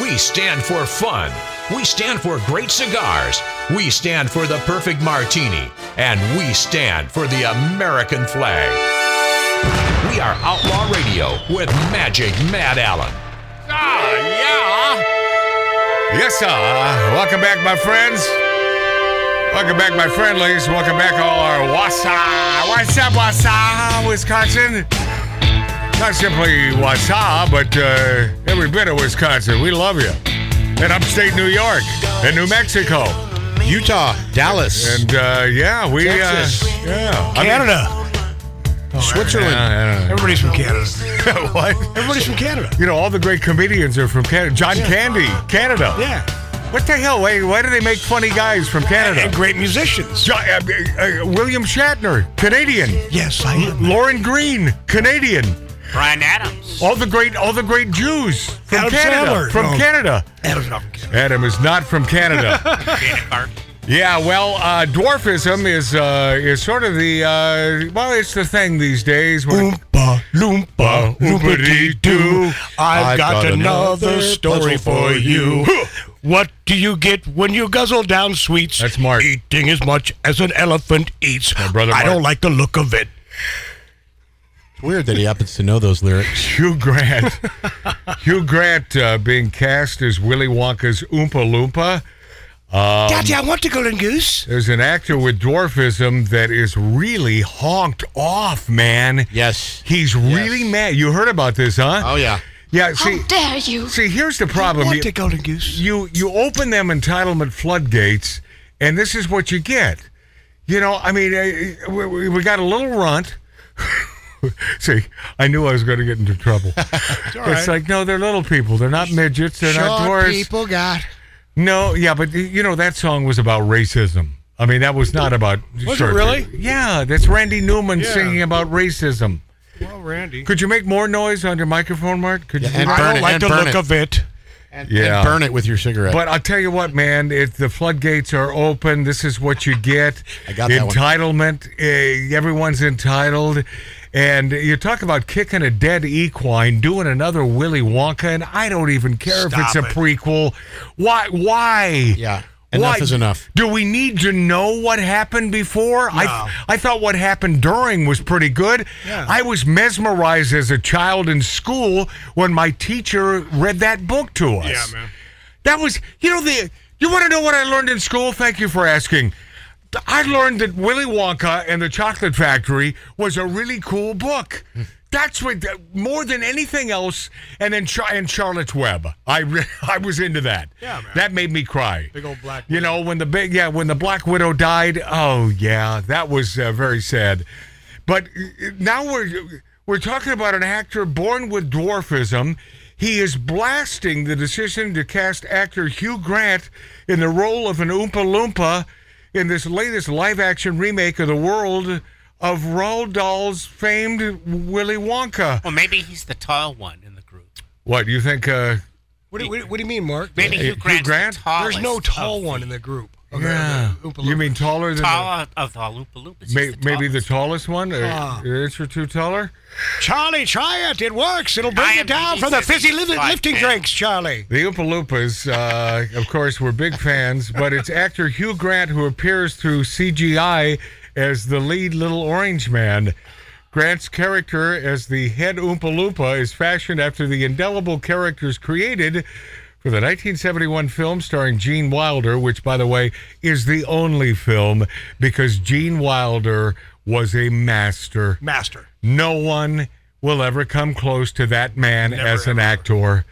We stand for fun. We stand for great cigars. We stand for the perfect martini. And we stand for the American flag. We are Outlaw Radio with Magic Mad Allen. Ah, yeah. Yes, sir. Welcome back, my friends. Welcome back, my friendlies. Welcome back, all our Wasa. What's up, Wasa, Wisconsin? Not simply Wasa, but uh, every bit of Wisconsin. We love you. And upstate New York and New Mexico. Utah, Dallas, And uh, yeah, we. Texas. Uh, yeah. I mean- Canada. Switzerland. Yeah, I don't know. Everybody's from Canada. what? Everybody's from Canada. You know, all the great comedians are from Canada. John Candy, Canada. Yeah. What the hell? Why, why do they make funny guys from Canada? And great musicians. Jo- uh, uh, uh, William Shatner, Canadian. Yes, I am. Lauren Green, Canadian. Brian Adams. All the great, all the great Jews from Adam Canada. Sandler. From No. Canada. Adam's not from Canada. Adam is not from Canada. Janet Barton. yeah, well, uh, dwarfism is uh, is sort of the uh, well, it's the thing these days. When Oompa, loompa, Oompa-dee-doo. loompa-dee-doo. I've got another story for you. What do you get when you guzzle down sweets? That's Mark. Eating as much as an elephant eats. brother I Mark. don't like the look of it. It's weird that he happens to know those lyrics. Hugh Grant. Hugh Grant uh, being cast as Willy Wonka's Oompa Loompa. Daddy, I want to golden goose. There's an actor with dwarfism that is really honked off, man. Yes. He's really mad. You heard about this, huh? Oh yeah. yeah, see How dare you? see here's the problem. want You- to golden goose. you you open them entitlement floodgates, and this is what you get. You know, I mean, uh, we- we, we got a little runt. See, I knew I was going to get into trouble. it's like no, they're little people. They're not midgets. They're not dwarfs. got. No, yeah, but you know that song was about racism. I mean, that was not about. it short really? people. Yeah, that's Randy Newman singing about racism. Well, Randy. Could you make more noise on your microphone, Mark? Could you? Yeah, and do that? I Burn don't it, like and the burn look it. of it. And, Yeah. and burn it with your cigarette. But I'll tell you what, man, if the floodgates are open, this is what you get. I got that one. Entitlement. eh, everyone's entitled. And you talk about kicking a dead equine, doing another Willy Wonka, and I don't even care if it's a prequel. Why? Why? Yeah. Enough is enough. Do we need to know what happened before? No. I I thought what happened during was pretty good. Yeah. I was mesmerized as a child in school when my teacher read that book to us. Yeah, man. That was, you know, the. You want to know what I learned in school? Thank you for asking. I learned that Willy Wonka and the Chocolate Factory was a really cool book. Hmm. That's what more than anything else. And then Char- and Charlotte's Web. I re- I was into that. Yeah, man. That made me cry. Big old black You know when the big yeah when the Black Widow died. Oh yeah, that was uh, very sad. But uh, now we're we're talking about an actor born with dwarfism. He is blasting the decision to cast actor Hugh Grant in the role of an Oompa Loompa in this latest live-action remake of the world of Roald Dahl's famed Willy Wonka. Well, maybe he's the tall one in the group. What you think? Uh, What do, what do- what do you mean, Mark? Maybe Hey, Hugh Hugh Grant's Grant? the tallest. There's no tall of one the- in the group. Of the- yeah. the Oompa You Loompa. mean taller than? the- Tall of the Oompa Loompas. May, He's maybe the tallest. tallest one, Uh, an Ah. inch or two taller. Charlie, try it. It works. It'll bring I you am down from the Jesus fizzy li- Christ, lifting man. drinks, Charlie. The Oompa Loompas, uh, of course, were big fans, but it's actor Hugh Grant who appears through CGI as the lead Little Orange Man. Grant's character as the head Oompa Loompa is fashioned after the indelible characters created for the 1971 film starring Gene Wilder, which, by the way, is the only film because Gene Wilder was a master. Master. No one will ever come close to that man as an actor.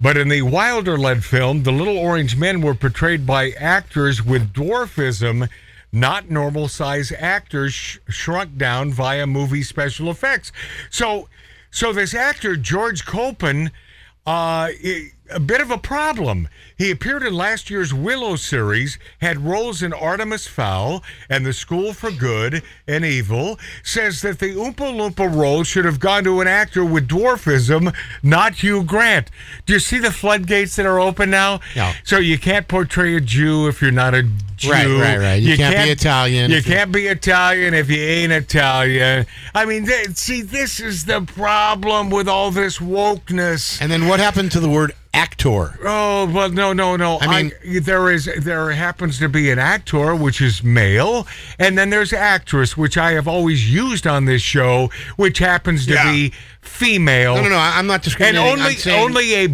But in the Wilder led film, the Little Orange Men were portrayed by actors with dwarfism, not normal size actors sh- shrunk down via movie special effects. So, so this actor, George Copen, uh, i- a bit of a problem. He appeared in last year's Willow series, had roles in Artemis Fowl and The School for Good and Evil. Says that the Oompa Loompa role should have gone to an actor with dwarfism, not Hugh Grant. Do you see the floodgates that are open now? Yeah. So you can't portray a Jew if you're not a Jew. Right, right, right. You can't be Italian You if you- can't be Italian if you ain't Italian. I mean, th- see, this is the problem with all this wokeness. And then what happened to the word actor. Oh well, no, no, no. I mean- there is there happens to be an actor which is male, and then there's actress which I have always used on this show, which happens to Yeah. be female. No, no, no. I- I'm not And discriminating. only I'm saying- only a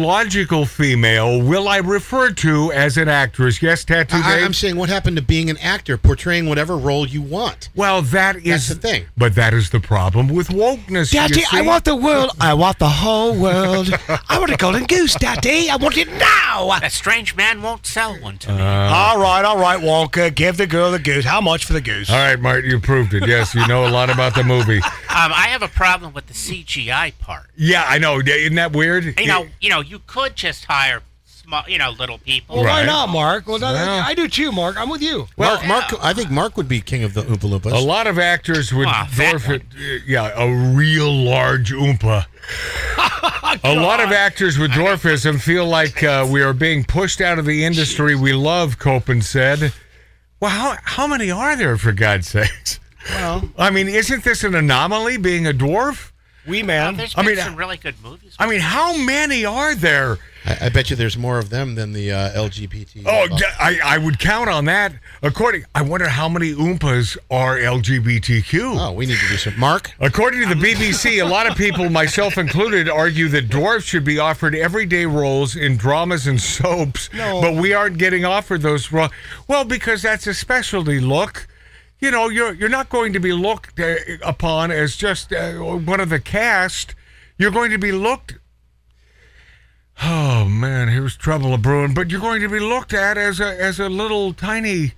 biological female will I refer to as an actress. Yes, tattoo. I, Dave? I'm saying what happened to being an actor, portraying whatever role you want. well, that is the thing. But that is the problem with wokeness. you Daddy, I see. want the world. I want the whole world. I want a golden goose, Daddy. I want it Uh. now. That strange man won't sell one to me. all right, all right, Wonka. Give the girl the goose. How much for the goose? All right, Martin, you proved it. Yes, you know a lot about the movie. Um, I have a problem with the CGI part. Yeah, I know. Yeah, Isn't that weird? You know, you know, you could just hire small, you know, little people. Well, why Right. not, Mark? Well, Yeah. I do too, Mark. I'm with you. Mark, Mark, I think Mark would be king of the Oompa Loompas. A lot of actors would Ah, fat dwarf one. it. Yeah, a real large oompa. a lot of actors with dwarfism feel like uh, we are being pushed out of the industry we love, Copen said. Well, how, how many are there, for God's sakes? Well, I mean, isn't this an anomaly being a dwarf? We man. There's I been mean, some I- really good movies. I mean, how many are there? I, I bet you there's more of them than the uh, LGBT. Oh, uh, d- I, I would count on that. According, I wonder how many oompas are LGBTQ. oh, we need to do some. Mark, According to the BBC, a lot of people, myself included, argue that dwarves should be offered everyday roles in dramas and soaps, but we aren't getting offered those roles. Well, because that's a specialty look. You know, you're you're not going to be looked uh, upon as just uh, one of the cast. You're going to be looked. Oh man, here's trouble a brewing. But you're going to be looked at as a as a little tiny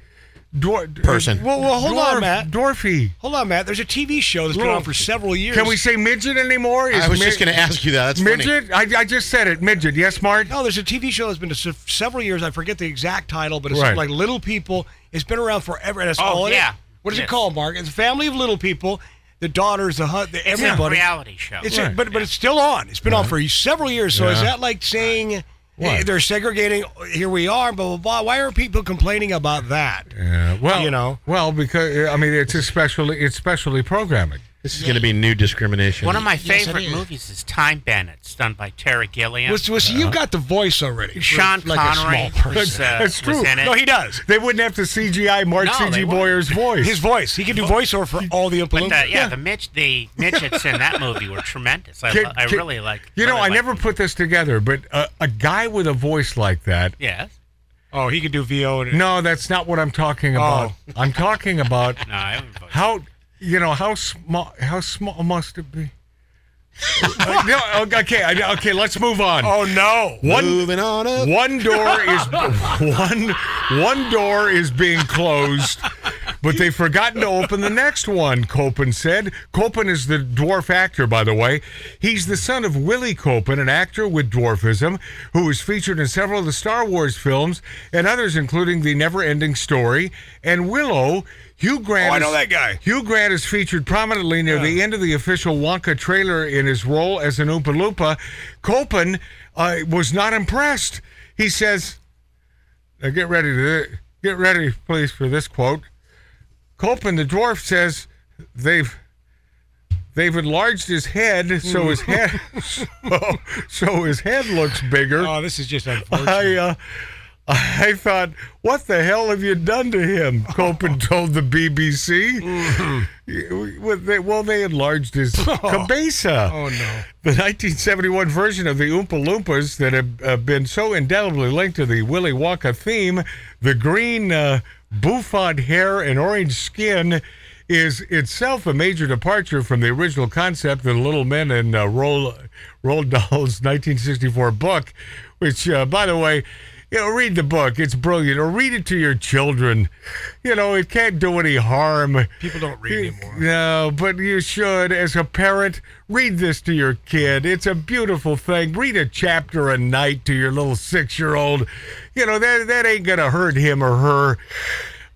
dwarf Person. Well, well, hold Dwarf, on, Matt. Dwarfy. Hold on, Matt. There's a TV show that's been Look, on for several years. Can we say midget anymore? Is I was mid- just going to ask you that. That's funny. midget? I, I just said it. Midget. Yes, Mark. No, there's a TV show that's been to se- several years. I forget the exact title, but it's Right. like Little People. It's been around forever. And that's Oh, all it is. yeah. What is it Yes. called, Mark? It's a family of little people. The daughters, the hut, the it's a everybody. reality show. It's Right. but but it's still on. It's been on for several years. So is Yeah. that like saying What? eh, they're segregating? Here we are, blah blah blah. Why are people complaining about that? Yeah, Uh, well, You know. Well, because uh, I mean, it's especially it's specially programming. This is going to be new discrimination. One of my Yes, it favorite is. movies is Time Bandits, done by Terry Gilliam. Was, was you've got the voice already? for, Sean like a Connery small person. was, uh, That's true. was in it. No, he does. They wouldn't have to CGI Mark No, C.G. they wouldn't. Boyer's voice. His voice. He can do voiceover for all the But Oompa the, yeah, Loompas. the midge, the midgets in that movie were tremendous. I, Kid- lo- I kid- really like. You know, really I like never them. put this together, but uh, a guy with a voice like that. Yes. Oh, he can do VO. And, No, that's not what I'm talking about. I'm talking about No, I haven't voted. how you know how small how small must it be? Uh, no, okay, I- okay. Let's move on. Oh no. One Moving on up. One door is one one door is being closed, but they've forgotten to open the next one. Copen said. Copen is the dwarf actor, by the way. He's the son of Willie Copen, an actor with dwarfism who is featured in several of the Star Wars films and others, including The Never-Ending Story and Willow. Hugh Grant. Oh, I know is- that guy. Hugh Grant is featured prominently near the end of the official Wonka trailer in his role as an Oompa Loompa. Copen uh, was not impressed. He says, now get ready to get ready, please, for this quote. Copen the dwarf says they've they've enlarged his head so his head so, so his head looks bigger. Oh, this is just unfortunate. I uh, I thought, what the hell have you done to him? Copen told the BBC. Well, they- Well, they enlarged his cabeza. Oh, no. The 1971 version of the Oompa Loompas that have uh, been so indelibly linked to the Willy Wonka theme, the green uh, bouffant hair and orange skin. Is itself a major departure from the original concept of the Little Men and uh, Roll Roald Dahl's 1964 book, which, uh, by the way, you know, read the book. It's brilliant. Or read it to your children. You know, it can't do any harm. People don't read anymore. No, but you should, as a parent, read this to your kid. It's a beautiful thing. Read a chapter a night to your little six-year-old. You know that that ain't gonna hurt him or her.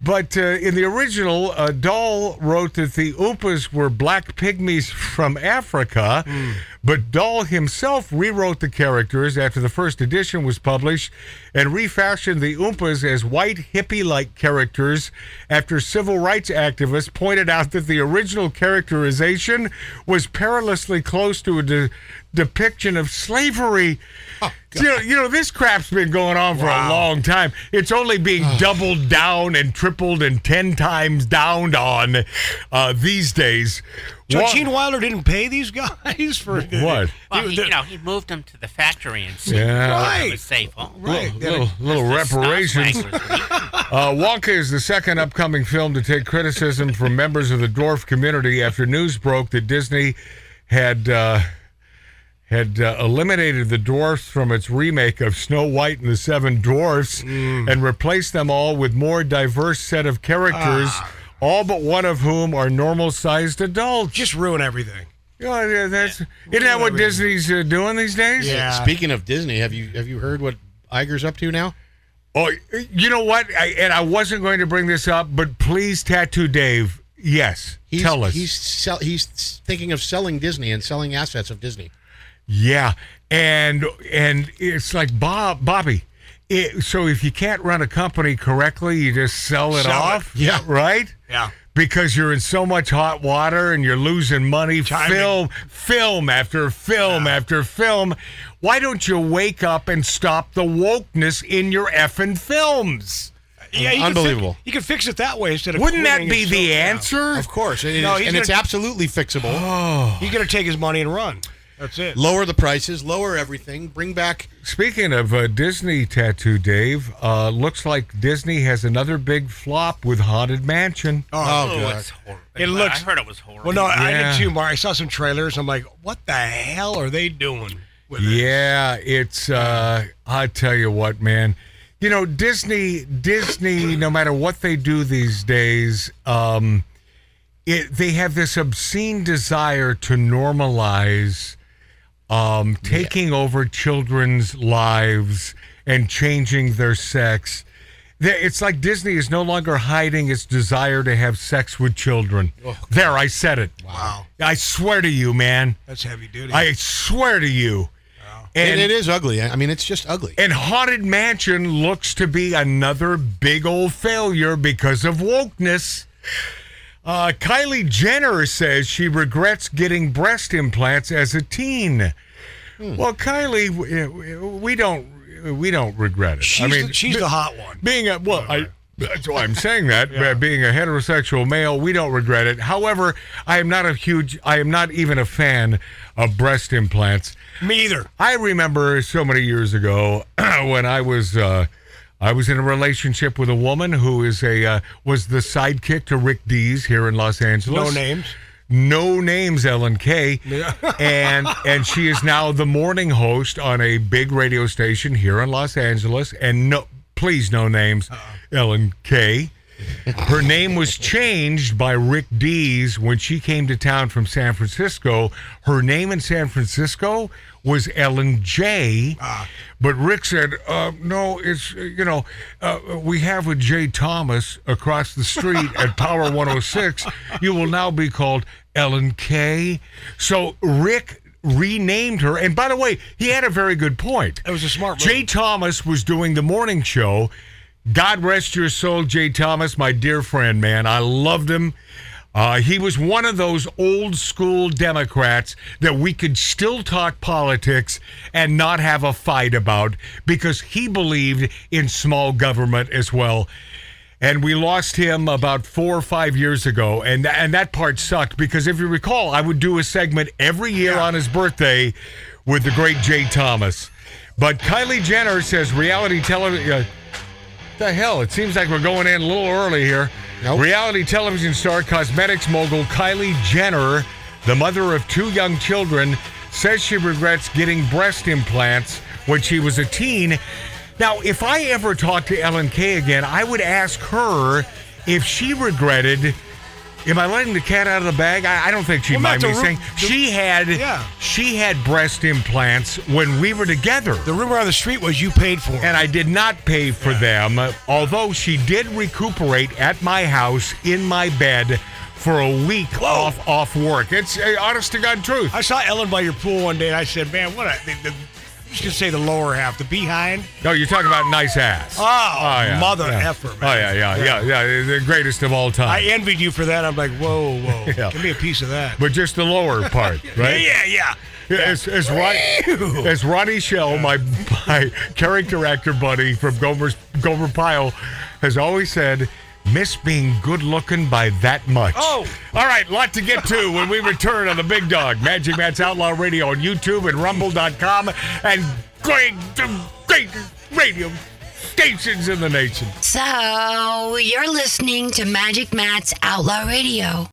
But uh, in the original, uh, Dahl wrote that the Oompas were black pygmies from Africa, but Dahl himself rewrote the characters after the first edition was published and refashioned the Oompas as white hippie like characters after civil rights activists pointed out that the original characterization was perilously close to a de- depiction of slavery. you, know, you know, this crap's been going on for a long time. It's only being doubled down and tripled and 10 times downed on uh, these days. So Wa- Gene Wilder didn't pay these guys for What? Well, They- he, they- you know, he moved them to the factory and Yeah. it was safe. Little, Oh, little, little reparations. Uh, Wonka is the second upcoming film to take criticism from members of the dwarf community after news broke that Disney had uh, had uh, eliminated the dwarfs from its remake of Snow White and the Seven Dwarfs and replaced them all with more diverse set of characters. All but one of whom are normal-sized adults. Just ruin everything. Oh, yeah, that's isn't that what Disney's uh, doing these days? Speaking of Disney, have you have you heard what Iger's up to now? Oh, you know what? I, and I wasn't going to bring this up, but please, Tattoo Dave. Yes, He's, tell us. He's sell, he's thinking of selling Disney and selling assets of Disney. yeah, and and it's like Bob, Bobby. It, so if you can't run a company correctly, you just sell it Sell it. off. Yeah. right. Yeah. Because you're in so much hot water and you're losing money. Timing. Film, film after film after film. Why don't you wake up and stop the wokeness in your effing films? Yeah, you can fi- Unbelievable. you can fix it that way instead of. Wouldn't that ruining be it the so- answer? Of course, it No, is- he's and it's gonna- absolutely fixable. Yeah. He's gonna take his money and run. That's it. Lower the prices, lower everything, bring back. Speaking of uh, Disney tattoo, Dave, uh, looks like Disney has another big flop with Haunted Mansion. Oh, Oh, god, it's horrible. It looks- I heard it was horrible. Well, no, I Yeah. did too, Mark. I saw some trailers. I'm like, what the hell are they doing? With it? Yeah, it's. Uh, I tell you what, man. You know, Disney, Disney. No matter what they do these days, um, it they have this obscene desire to normalize um, taking over children's lives and changing their sex. They- It's like Disney is no longer hiding its desire to have sex with children. there, I said it. Wow, I swear to you, man. that's heavy duty. I swear to you. and And it is ugly. I I mean, it's just ugly. and Haunted Mansion looks to be another big old failure because of wokeness. Uh, Kylie Jenner says she regrets getting breast implants as a teen. Hmm. Well, Kylie, we- eh, we don't we don't regret it. she's I mean, the, she's the hot one. being a well, I, that's why I'm saying that. uh, Being a heterosexual male, we don't regret it. However, I am not a huge. I am not even a fan of breast implants. Me either. I remember so many years ago when I was uh, I was in a relationship with a woman who is a uh, was the sidekick to Rick Dees here in Los No Angeles. names. No names, Ellen Kay, Yeah. and and she is now the morning host on a big radio station here in Los Angeles. And no, please, no names, Uh-uh. Ellen Kay. Her name was changed by Rick Dees when she came to town from San Francisco. Her name in San Francisco was Ellen J. Ah. But Rick said, uh, no, it's, uh, you know, uh, we have a J. Thomas across the street at Power 106. You will now be called Ellen K. So Rick renamed her. And by the way, he had a very good point. It was a smart move. Jay Thomas was doing the morning show. God rest your soul, Jay Thomas, my dear friend, man. I loved him. Uh, he was one of those old school Democrats that we could still talk politics and not have a fight about because he believed in small government as well. And we lost him about four or five years ago, and and that part sucked because if you recall, I would do a segment every year on his birthday with the great Jay Thomas. But Kylie Jenner says reality television. Uh, the hell? It seems like we're going in a little early here. Nope. Reality television star, cosmetics mogul Kylie Jenner, the mother of two young children, says she regrets getting breast implants when she was a teen. Now, if I ever talked to Ellen Kay again, I would ask her if she regretted. Am I letting the cat out of the bag? I, I don't think she'd Well, mind not me the ru- saying the- she had Yeah. she had breast implants when we were together The rumor on the street was you paid for it. and I did not pay for them, although she did recuperate at my house in my bed for a week off off work. It's uh, honest to God truth. I saw Ellen by your pool one day, and I said, "Man, what a." The, the, you should say the lower half, the behind. No, you're talking about nice ass. Oh, mother effer, man. Oh yeah, yeah, yeah, yeah, The greatest of all time. I envied you for that. I'm like, whoa, whoa, Yeah. give me a piece of that. but just the lower part, right? Yeah, yeah, yeah. As, as, Rod, as Ronnie Shell, my, my character actor buddy from Gomer's, Gomer Pyle, has always said, miss being good looking by that much. Oh. All right, lot to get to when we return on the Big Dog, Magic Matt's Outlaw Radio on YouTube and Rumble.com and great, great radio stations in the nation. So, you're listening to Magic Matt's Outlaw Radio.